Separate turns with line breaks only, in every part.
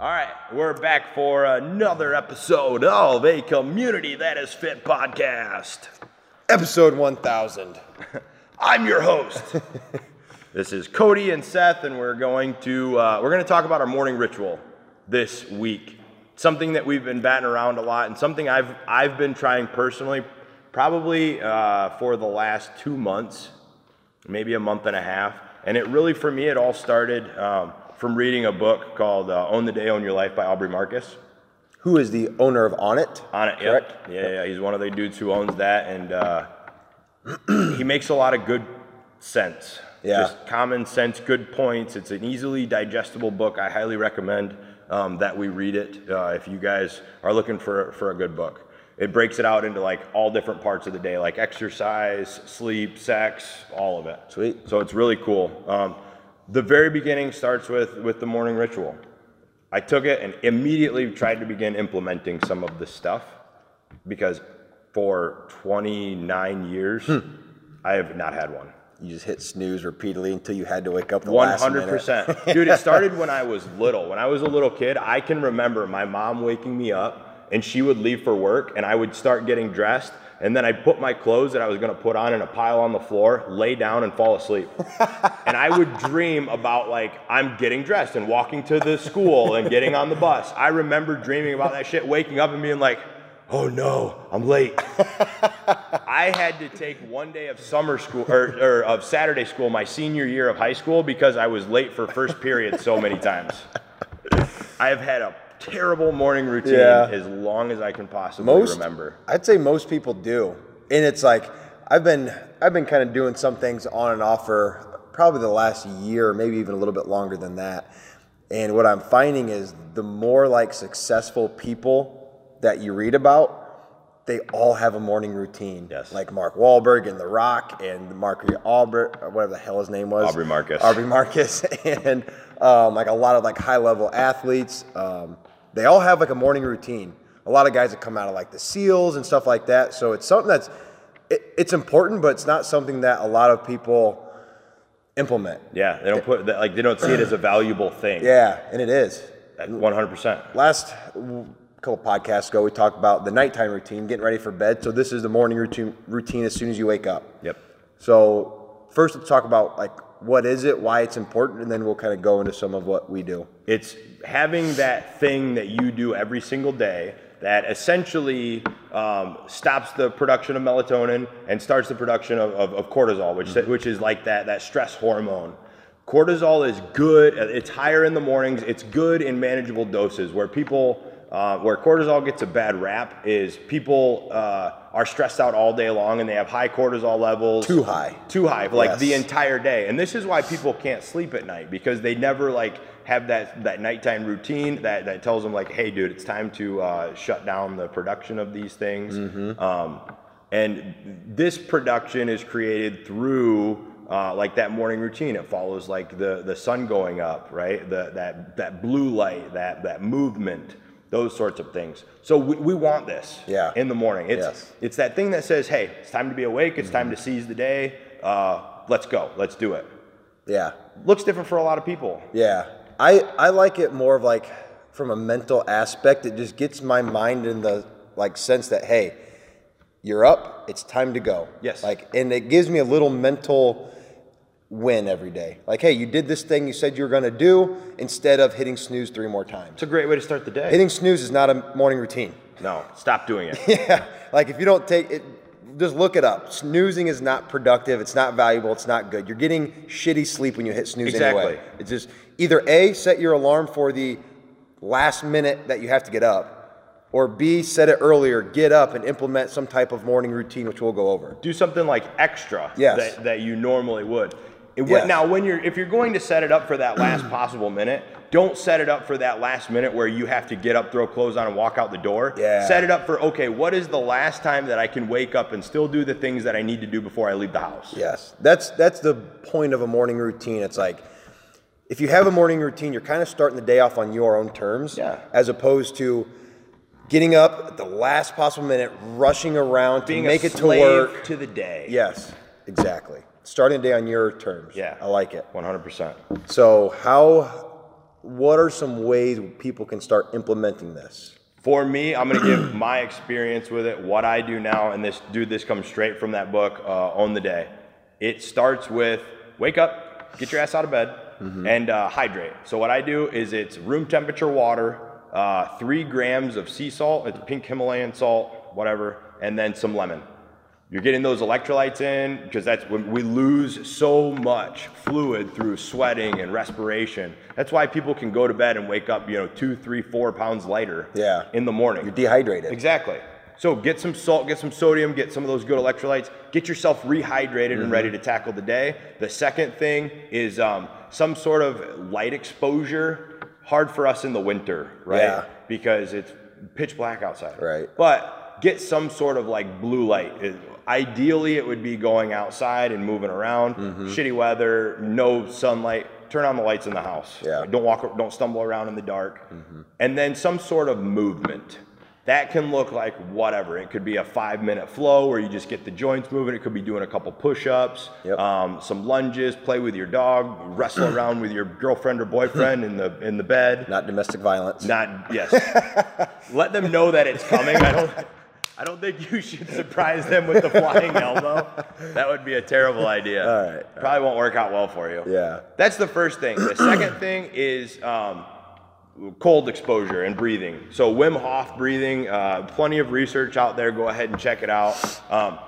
We're back for another episode of A Community That Is Fit podcast.
Episode 1000.
I'm your host. this is Cody and Seth, and we're going to uh, we're going to talk about our morning ritual this week. Something that we've been batting around a lot, and something I've I've been trying personally, probably uh, for the last two months, maybe a month and a half. And it really, for me, it all started um, from reading a book called uh, "Own the Day, Own Your Life" by Aubrey Marcus.
Who is the owner of On It?
On it, yep.
Correct?
Yeah, yeah, he's one of the dudes who owns that, and uh, he makes a lot of good sense.
Yeah.
Just common sense, good points. It's an easily digestible book. I highly recommend um, that we read it uh, if you guys are looking for, for a good book. It breaks it out into like all different parts of the day, like exercise, sleep, sex, all of it.
Sweet.
So it's really cool. Um, the very beginning starts with with the morning ritual. I took it and immediately tried to begin implementing some of this stuff because for 29 years, I have not had one.
You just hit snooze repeatedly until you had to wake up the last minute.
100%. Dude, it started when I was little. When I was a little kid, I can remember my mom waking me up and she would leave for work and I would start getting dressed. And then I'd put my clothes that I was gonna put on in a pile on the floor, lay down and fall asleep. and I would dream about like I'm getting dressed and walking to the school and getting on the bus. I remember dreaming about that shit, waking up and being like, oh no, I'm late. I had to take one day of summer school or, or of Saturday school my senior year of high school because I was late for first period so many times. I have had a terrible morning routine
Yeah.
as long as I can possibly
Most
remember.
I'd say most people do. And it's like I've been I've been kind of doing some things on and off for probably the last year, maybe even a little bit longer than that. And what I'm finding is the more like successful people that you read about, they all have a morning routine.
Yes.
Like Mark Wahlberg and The Rock and Mark Albert, or whatever the hell his name was.
Aubrey Marcus.
Aubrey Marcus and um, like a lot of like high level athletes. Um, they all have like a morning routine. A lot of guys that come out of like the SEALs and stuff like that. So it's something that's it, it's important, but it's not something that a lot of people implement.
Yeah, they don't put that like they don't see it as a valuable thing.
Yeah, and it is.
One hundred percent.
Last w- couple podcasts ago, we talked about the nighttime routine, getting ready for bed. So this is the morning routine routine as soon as you wake up.
Yep.
So first, let's talk about like what is it, why it's important, and then we'll kind of go into some of what we do.
It's having that thing that you do every single day that essentially um, stops the production of melatonin and starts the production of, of, of cortisol, which, which is like that, that stress hormone. Cortisol is good, uh, it's higher in the mornings, it's good in manageable doses. Where people, uh, where cortisol gets a bad rap is people uh, are stressed out all day long and they have high cortisol levels.
Too high.
Too high, like the
Yes.
entire day. And this is why people can't sleep at night because they never like have that that nighttime routine that that tells them like, hey, dude, it's time to uh, shut down the production of these things.
Mm-hmm.
Um, and this production is created through. Uh, like that morning routine, it follows like the the sun going up, right? The, that that blue light, that that movement, those sorts of things. So we, we want this,
Yeah.
in the morning. It's
Yes.
it's that thing that says, hey, it's time to be awake. It's time to seize the day. Uh, let's go. Let's do it.
Yeah,
Looks different for a lot of people.
yeah. I I like it more of like from a mental aspect. It just gets my mind in the like sense that hey, you're up. It's time to go.
Yes.
Like, and it gives me a little mental win every day. Like, hey, you did this thing you said you were gonna do instead of hitting snooze three more times.
It's a great way to start the day.
Hitting snooze is not a morning routine.
No, stop doing it.
Yeah, like if you don't take it, just look it up. Snoozing is not productive. It's not valuable. It's not good. You're getting shitty sleep when you hit snooze
Exactly.
anyway. It's just either a set your alarm for the last minute that you have to get up, or b set it earlier. Get up and implement some type of morning routine, which we'll go over.
do something like extra
Yes.
that, that you normally would. It,
Yes.
Now, when you're if you're going to set it up for that last possible minute, don't set it up for that last minute where you have to get up, throw clothes on, and walk out the door.
Yeah.
Set it up for okay, what is the last time that I can wake up and still do the things that I need to do before I leave the house?
Yes, that's that's the point of a morning routine. It's like if you have a morning routine, you're kind of starting the day off on your own terms,
Yeah.
as opposed to getting up at the last possible minute, rushing around
Being
to make
a
it to
slave
work.
to the day.
Yes, exactly. Starting the day on your terms.
Yeah.
I like it.
One hundred percent.
So how what are some ways people can start implementing this?
For me, I'm going to give my experience with it, what I do now, and this dude, this comes straight from that book, uh, On the Day. It starts with wake up, get your ass out of bed, and uh, hydrate. So what I do is it's room temperature water, uh, three grams of sea salt, it's pink Himalayan salt, whatever, and then some lemon. You're getting those electrolytes in because that's when we lose so much fluid through sweating and respiration. That's why people can go to bed and wake up, you know, two, three, four pounds lighter
Yeah.
in the morning.
You're dehydrated.
Exactly. So get some salt, get some sodium, get some of those good electrolytes, get yourself rehydrated and
Mm-hmm.
ready to tackle the day. The second thing is um, some sort of light exposure. Hard for us in the winter, right?
Yeah.
Because it's pitch black outside.
Right.
But get some sort of like blue light. It- ideally, it would be going outside and moving around.
Mm-hmm.
Shitty weather, no sunlight. Turn on the lights in the house.
Yeah. Mm-hmm.
Don't walk. Don't stumble around in the dark. And then some sort of movement. That can look like whatever. It could be a five-minute flow where you just get the joints moving. It could be doing a couple push-ups,
Yep.
um, some lunges, play with your dog, wrestle around with your girlfriend or boyfriend in the in the bed.
Not domestic violence.
Not yes. Let them know that it's coming. I don't. I don't think you should surprise them with the flying elbow. That would be a terrible idea.
All right, all
Probably won't work out well for you.
Yeah.
That's the first thing. The second thing is um, cold exposure and breathing. So Wim Hof breathing, uh, plenty of research out there. Go ahead and check it out. Um,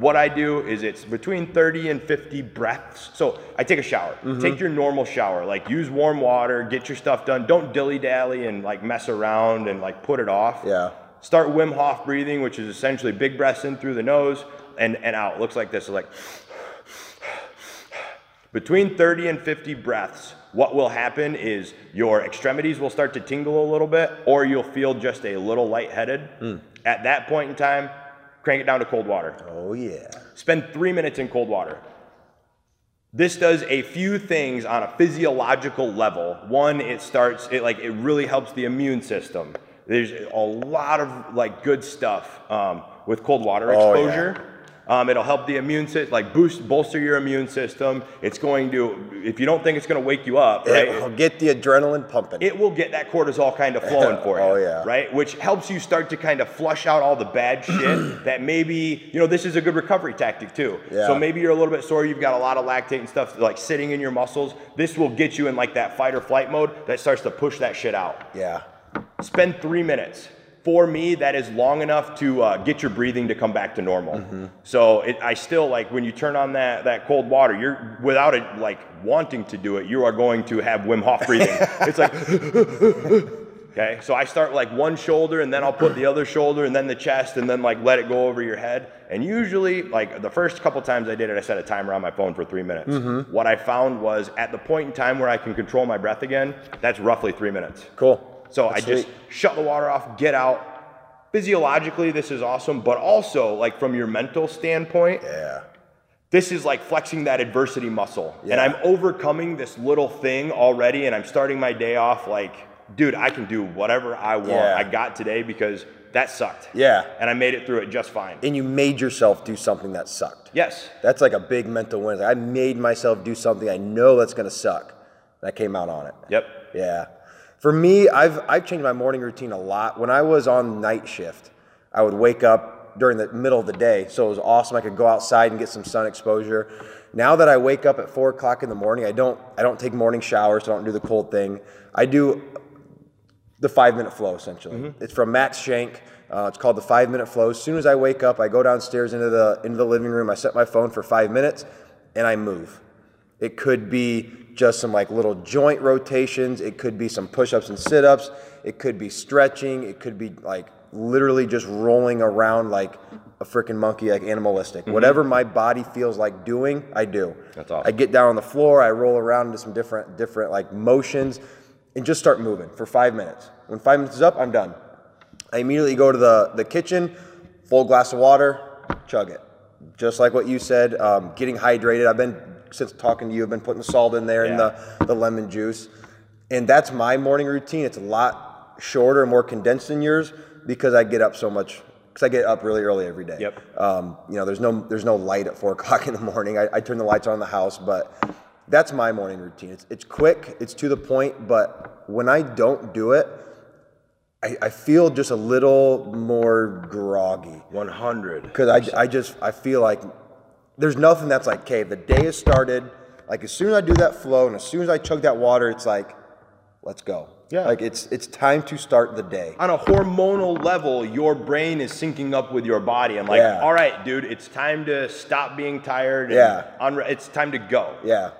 what I do is it's between 30 and 50 breaths. So I take a shower. Take your normal shower. Like use warm water. Get your stuff done. Don't dilly dally and like mess around and like put it off.
Yeah.
Start Wim Hof breathing, which is essentially big breaths in through the nose and and out. Looks like this. Like between 30 and 50 breaths, what will happen is your extremities will start to tingle a little bit, or you'll feel just a little lightheaded. At that point in time, crank it down to cold water.
Oh yeah.
Spend three minutes in cold water. This does a few things on a physiological level. One, it starts it like it really helps the immune system. There's a lot of like good stuff um, with cold water
Oh, yeah.
exposure. Um, it'll help the immune system, like boost, bolster your immune system. It's going to, if you don't think it's going to wake you up, right?
It'll get the adrenaline pumping.
it will get that cortisol kind of flowing for you.
Oh, yeah.
Right? Which helps you start to kind of flush out all the bad shit that maybe, you know, this is a good recovery tactic too.
Yeah.
So maybe you're a little bit sore, you've got a lot of lactate and stuff like sitting in your muscles. This will get you in like that fight or flight mode that starts to push that shit out.
yeah.
Spend three minutes. For me, that is long enough to uh, get your breathing to come back to normal. So it, I still like when you turn on that that cold water, you're without it like wanting to do it, you are going to have Wim Hof breathing. it's like Okay, so I start like one shoulder and then I'll put the other shoulder and then the chest and then like let it go over your head. And usually, like the first couple times I did it, I set a timer on my phone for three minutes. What I found was at the point in time where I can control my breath again, that's roughly three minutes.
Cool.
So
That's
I just
sweet.
shut the water off, get out. Physiologically, this is awesome, but also like from your mental standpoint,
Yeah.
this is like flexing that adversity muscle. And
Yeah.
I'm overcoming this little thing already, and I'm starting my day off like, dude, I can do whatever I want.
Yeah.
I got today because that sucked.
Yeah.
And I made it through it just fine.
And you made yourself do something that sucked.
yes.
That's like a big mental win. I made myself do something I know that's gonna suck. And I came out on it.
Yep.
Yeah. For me, I've I've changed my morning routine a lot. When I was on night shift, I would wake up during the middle of the day, so it was awesome. I could go outside and get some sun exposure. Now that I wake up at four o'clock in the morning, I don't I don't take morning showers. I don't do the cold thing. I do the five minute flow essentially.
Mm-hmm.
It's from Max Shank. Uh, it's called the five minute flow. As soon as I wake up, I go downstairs into the into the living room. I set my phone for five minutes, and I move. It could be just some like little joint rotations. It could be some push ups and sit ups. It could be stretching. It could be like literally just rolling around like a freaking monkey, like animalistic. Whatever my body feels like doing, I do.
Mm-hmm. That's awesome.
I get down on the floor, I roll around into some different different like motions and just start moving for five minutes. When five minutes is up, I'm done. I immediately go to the, the kitchen, full glass of water, chug it. Just like what you said, um, getting hydrated. I've been since talking to you, I've been putting the salt in there and
Yeah.
the, the lemon juice. And that's my morning routine. It's a lot shorter and more condensed than yours because I get up so much because I get up really early every day.
Yep.
Um, you know, there's no there's no light at four o'clock in the morning. I, I turn the lights on in the house, but That's my morning routine. It's, it's quick, it's to the point, but when I don't do it, I, I feel just a little more groggy.
100.
Because I, I just I feel like there's nothing that's like, okay, the day has started. Like as soon as I do that flow and as soon as I chug that water, it's like, let's go.
Yeah.
Like it's it's time to start the day.
on a hormonal level, your brain is syncing up with your body. I'm like,
Yeah.
all right, dude, it's time to stop being tired. and
Yeah.
unre- it's time to go.
Yeah.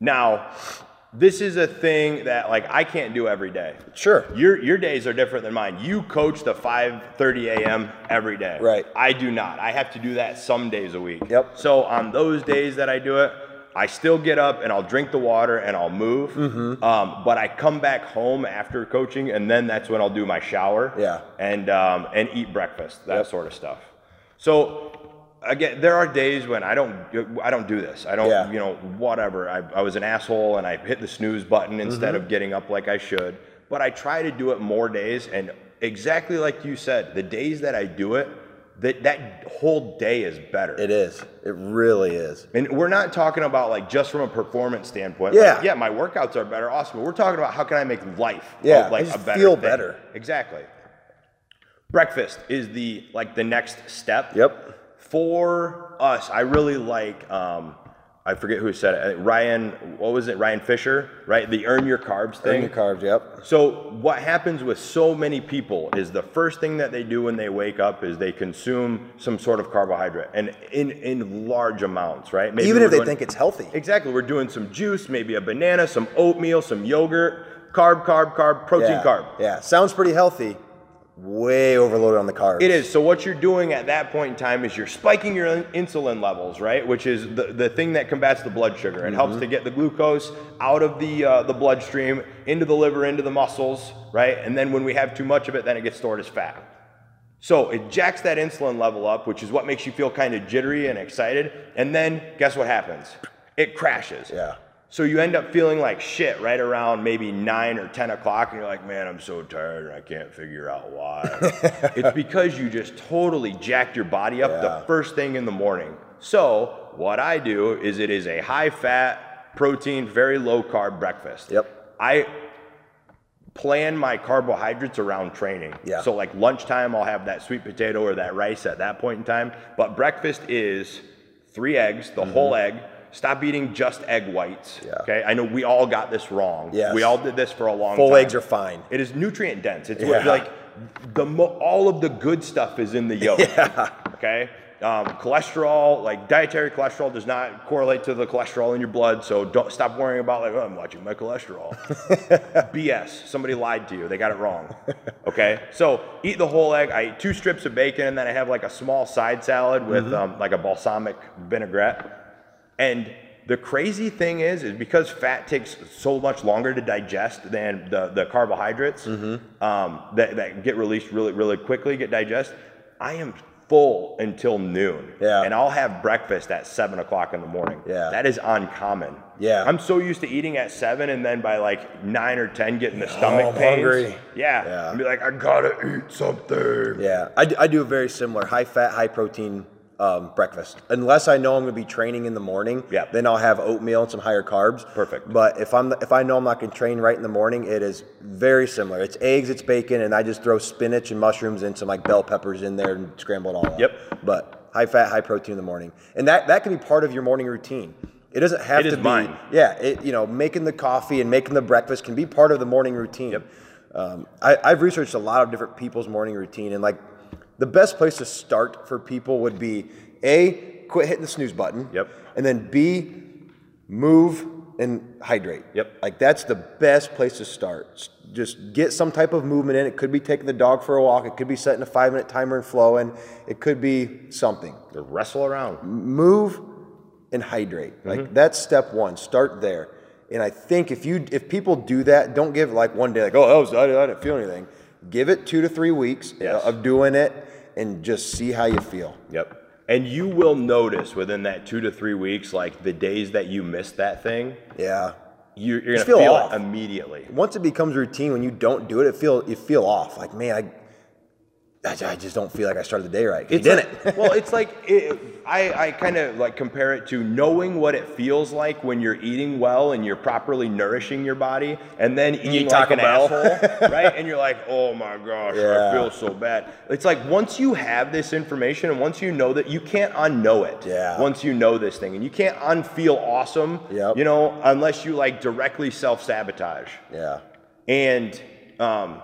Now, this is a thing that like I can't do every day.
Sure.
Your your days are different than mine. You coach the 5:30 a.m. every day.
Right.
I do not. I have to do that some days a week.
Yep.
So on those days that I do it, I still get up and I'll drink the water and I'll move.
Mm-hmm.
Um, but I come back home after coaching, and then that's when I'll do my shower.
Yeah.
And um, and eat breakfast, that
Yep.
sort of stuff. So again, there are days when I don't I don't do this. I don't
Yeah.
you know whatever. I, I was an asshole and I hit the snooze button instead
Mm-hmm.
of getting up like I should. But I try to do it more days, and exactly like you said, the days that I do it, that that whole day is better.
It is. It really is.
And we're not talking about like just from a performance standpoint.
Yeah.
Like, yeah, my workouts are better, awesome. But we're talking about how can I make life a-
Yeah,
like
I just
a better
feel
thing.
better.
Exactly. Breakfast is the like the next step.
Yep.
For us, I really like um I forget who said it. uh, Ryan, what was it? Ryan Fisher, right? The earn your carbs
Earn
thing.
your carbs, yep.
So what happens with so many people is the first thing that they do when they wake up is they consume some sort of carbohydrate and in in large amounts, right? Maybe
Even
we're
if they
doing-
think it's healthy.
Exactly. We're doing some juice, maybe a banana, some oatmeal, some yogurt, carb, carb, carb, protein,
yeah.
carb.
Yeah. Sounds pretty healthy. Way overloaded on the carbs.
It is. So what you're doing at that point in time is you're spiking your in- insulin levels, right? Which is the, the thing that combats the blood sugar. It helps to get the glucose out of the uh, the bloodstream into the liver, into the muscles, right? And then when we have too much of it, then it gets stored as fat. So it jacks that insulin level up, which is what makes you feel kind of jittery and excited. And then guess what happens? It crashes.
Yeah.
So you end up feeling like shit right around maybe nine or ten o'clock, and you're like, "Man, I'm so tired, and I can't figure out why." it's because you just totally jacked your body up
Yeah.
the first thing in the morning. So what I do is it is a high-fat, protein, very low-carb breakfast.
Yep.
I plan my carbohydrates around training.
Yeah.
So like lunchtime, I'll have that sweet potato or that rice at that point in time. But breakfast is three eggs, the whole egg. Stop eating just egg whites.
Mm-hmm. Yeah.
Okay. I know we all got this wrong.
Yes.
We all did this for a long time.
Full eggs are fine.
It is nutrient dense. It's
Yeah.
like the mo- all of the good stuff is in the yolk. Okay. Um, cholesterol, like dietary cholesterol, does not correlate to the cholesterol in your blood. So don't stop worrying about like, oh, I'm watching my cholesterol. BS. Somebody lied to you. They got it wrong. Okay. So eat the whole egg. I eat two strips of bacon, and then I have like a small side salad with um, like a balsamic vinaigrette. And the crazy thing is, is because fat takes so much longer to digest than the, the carbohydrates
Mm-hmm.
um, that, that get released really, really quickly, get digested. I am full until noon.
Yeah.
And I'll have breakfast at seven o'clock in the morning.
Yeah.
That is uncommon.
Yeah.
I'm so used to eating at seven and then by like nine or 10 getting the stomach
Oh, I'm
pains.
hungry.
Yeah.
Yeah.
And be like, I gotta eat something.
Yeah, I, d- I do a very similar high fat, high protein um, breakfast. Unless I know I'm going to be training in the morning,
Yeah.
then I'll have oatmeal and some higher carbs.
Perfect.
But if I'm if I know I'm not going to train right in the morning, it is very similar. It's eggs, it's bacon, and I just throw spinach and mushrooms and some like bell peppers in there and scramble it all up.
Yep.
But high fat, high protein in the morning, and that that can be part of your morning routine. It doesn't have
It
to
is
be.
mine.
Yeah, it, you know, making the coffee and making the breakfast can be part of the morning routine. Um, I, I've researched a lot of different people's morning routine, and like the best place to start for people would be a quit hitting the snooze button.
Yep.
And then B move and hydrate.
Yep.
Like that's the best place to start. S- Just get some type of movement in. It could be taking the dog for a walk. It could be setting a five minute timer and flowing. It could be something
Wrestle around.
move and hydrate
Mm-hmm.
like that's step one start there and i think if you if people do that don't give like one day like oh that was, I, I didn't feel anything give it two to three weeks
Yes.
of doing it and just see how you feel
Yep. And you will notice within that two to three weeks, like the days that you missed that thing,
yeah
you're, you're gonna
feel
feel,
off.
it immediately.
once it becomes routine when you don't do it it feel you feel off like man i I I just don't feel like I started the day right. 'cause
It's
I didn't.
like- well, it's like it, I, I kind of like compare it to knowing what it feels like when you're eating well and you're properly nourishing your body, and then eating like
Taco
an
Bell.
asshole, right? And you're like, oh my gosh, I
Yeah.
feel so bad. It's like once you have this information and once you know that, you can't unknow it.
Yeah.
Once you know this thing, and you can't unfeel awesome.
Yep.
You know, unless you like directly self sabotage.
yeah.
And um,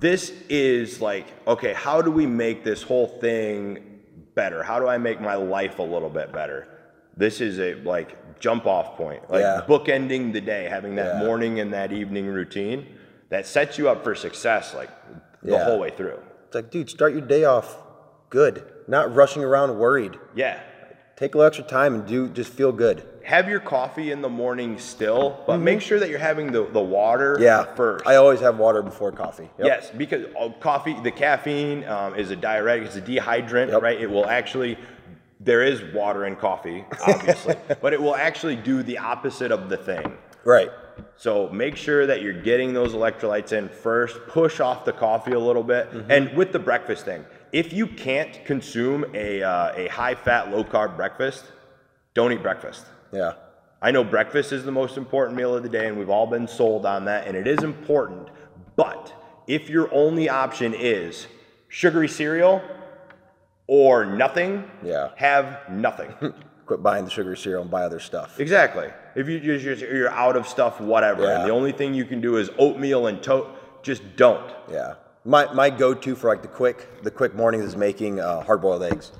this is like, okay, how do we make this whole thing better? How do I make my life a little bit better? This is a like jump off point, like
Yeah.
bookending the day, having that
Yeah.
morning and that evening routine that sets you up for success like the
Yeah.
whole way through.
It's like, dude, start your day off good, not rushing around worried.
Yeah.
Take a little extra time and do just feel good.
Have your coffee in the morning still, but make sure that you're having the, the water
Mm-hmm. Yeah.
first.
I always have water before coffee. Yep.
Yes, because uh, coffee, the caffeine um, is a diuretic, it's a dehydrant,
Yep.
right? It will actually, there is water in coffee, obviously, but it will actually do the opposite of the thing.
Right.
So make sure that you're getting those electrolytes in first, push off the coffee a little bit.
Mm-hmm.
And with the breakfast thing, if you can't consume a, uh, a high fat, low carb breakfast, don't eat breakfast.
Yeah.
I know breakfast is the most important meal of the day, and we've all been sold on that, and it is important. But if your only option is sugary cereal or nothing,
Yeah.
have nothing.
Quit buying the sugary cereal and buy other stuff.
exactly. If you just you're- you're out of stuff, whatever, and
Yeah.
the only thing you can do is oatmeal and toast, just don't.
Yeah. My, my go-to for like the quick the quick morning is making uh, hard-boiled eggs.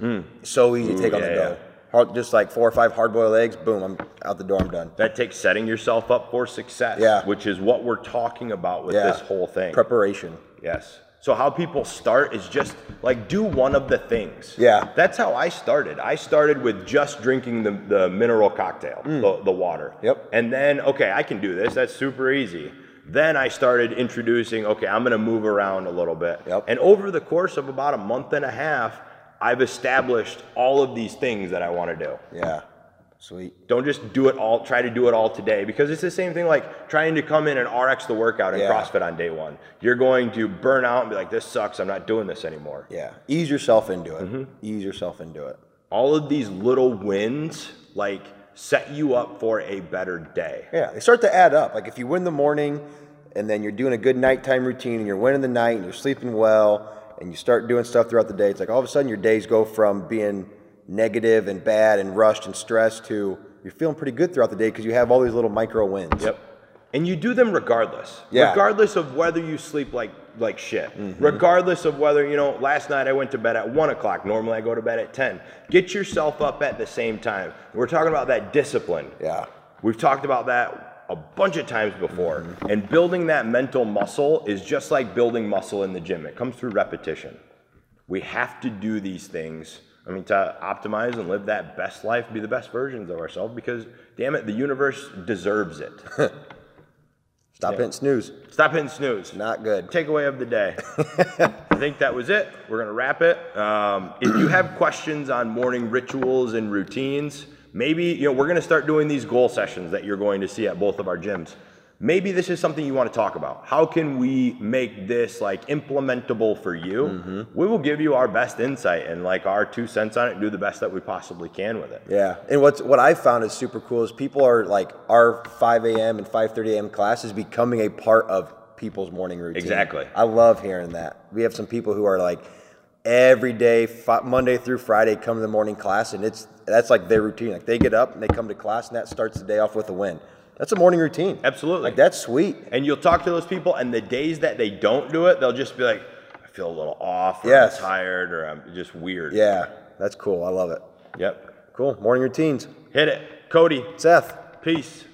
So easy to take on
Mm. yeah,
the
yeah.
go. Hard, just like four or five hard-boiled eggs, boom, I'm out the door, I'm done.
That takes setting yourself up for success,
Yeah.
which is what we're talking about with
Yeah.
this whole thing.
Preparation.
Yes. So how people start is just like do one of the things.
Yeah.
That's how I started. I started with just drinking the, the mineral cocktail, the, the water.
Mm. Yep.
And then, okay, I can do this. That's super easy. Then I started introducing, okay, I'm going to move around a little bit.
Yep.
And over the course of about a month and a half, I've established all of these things that I want to do.
Yeah. Sweet.
Don't just do it all, try to do it all today because it's the same thing like trying to come in and RX the workout in
Yeah.
CrossFit on day one. You're going to burn out and be like, this sucks, I'm not doing this anymore.
Yeah. Ease yourself into it.
Mm-hmm.
Ease yourself into it.
All of these little wins like set you up for a better day.
Yeah, they start to add up. Like if you win the morning and then you're doing a good nighttime routine and you're winning the night and you're sleeping well and you start doing stuff throughout the day, it's like all of a sudden your days go from being negative and bad and rushed and stressed to you're feeling pretty good throughout the day because you have all these little micro wins.
Yep. And you do them regardless.
Yeah. Mm-hmm.
Regardless of whether you sleep like like shit. Regardless of whether, you know, last night I went to bed at one o'clock. Normally I go to bed at ten. Get yourself up at the same time. We're talking about that discipline.
Yeah.
We've talked about that a bunch of times before. And building that mental muscle is just like building muscle in the gym, it comes through repetition. We have to do these things. I mean, to optimize and live that best life, be the best versions of ourselves because, damn it, the universe deserves it.
Stop hitting snooze.
Stop hitting snooze.
Not good.
Takeaway of the day. I think that was it. We're going to wrap it. Um, if you have questions on morning rituals and routines, maybe, you know, we're going to start doing these goal sessions that you're going to see at both of our gyms. Maybe this is something you want to talk about. How can we make this like implementable for you? We will give you our best insight and like our two cents on it and do the best that we possibly can with it.
Yeah, and what's what I found is super cool is people are like our 5 a.m. and 5:30 a.m. class is becoming a part of people's morning routine.
Exactly.
I love hearing that. We have some people who are like every day, fi- Monday through Friday, come to the morning class, and it's that's like their routine. Like they get up and they come to class, and that starts the day off with a win. That's a morning routine.
Absolutely.
Like that's sweet.
And you'll talk to those people, and the days that they don't do it, they'll just be like, I feel a little off, or
Yes.
I'm tired, or I'm just weird.
Yeah, that's cool. I love it.
Yep.
Cool morning routines.
Hit it. Cody,
Seth.
peace.